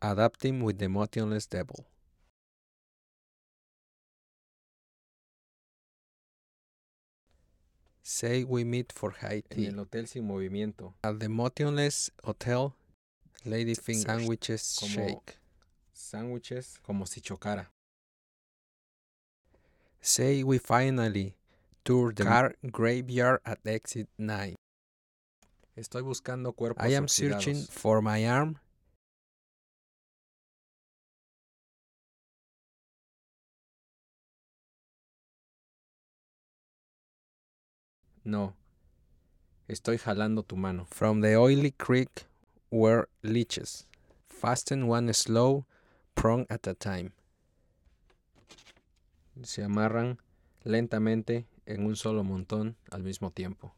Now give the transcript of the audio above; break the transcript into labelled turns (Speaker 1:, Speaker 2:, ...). Speaker 1: Adapting with the Motionless Devil. Say we meet for Haiti.
Speaker 2: En el Hotel Sin Movimiento.
Speaker 1: At the Motionless Hotel, Lady Fingers. Sandwiches
Speaker 2: Como-
Speaker 1: shake.
Speaker 2: Sándwiches como si chocara.
Speaker 1: Say we finally tour the
Speaker 2: Cam-
Speaker 1: car graveyard at exit 9.
Speaker 2: Estoy buscando cuerpos
Speaker 1: I am
Speaker 2: oxidados.
Speaker 1: searching for my arm.
Speaker 2: No. Estoy jalando tu mano.
Speaker 1: From the oily creek were leeches, fasten one slow prong at a time.
Speaker 2: Se amarran lentamente en un solo montón al mismo tiempo.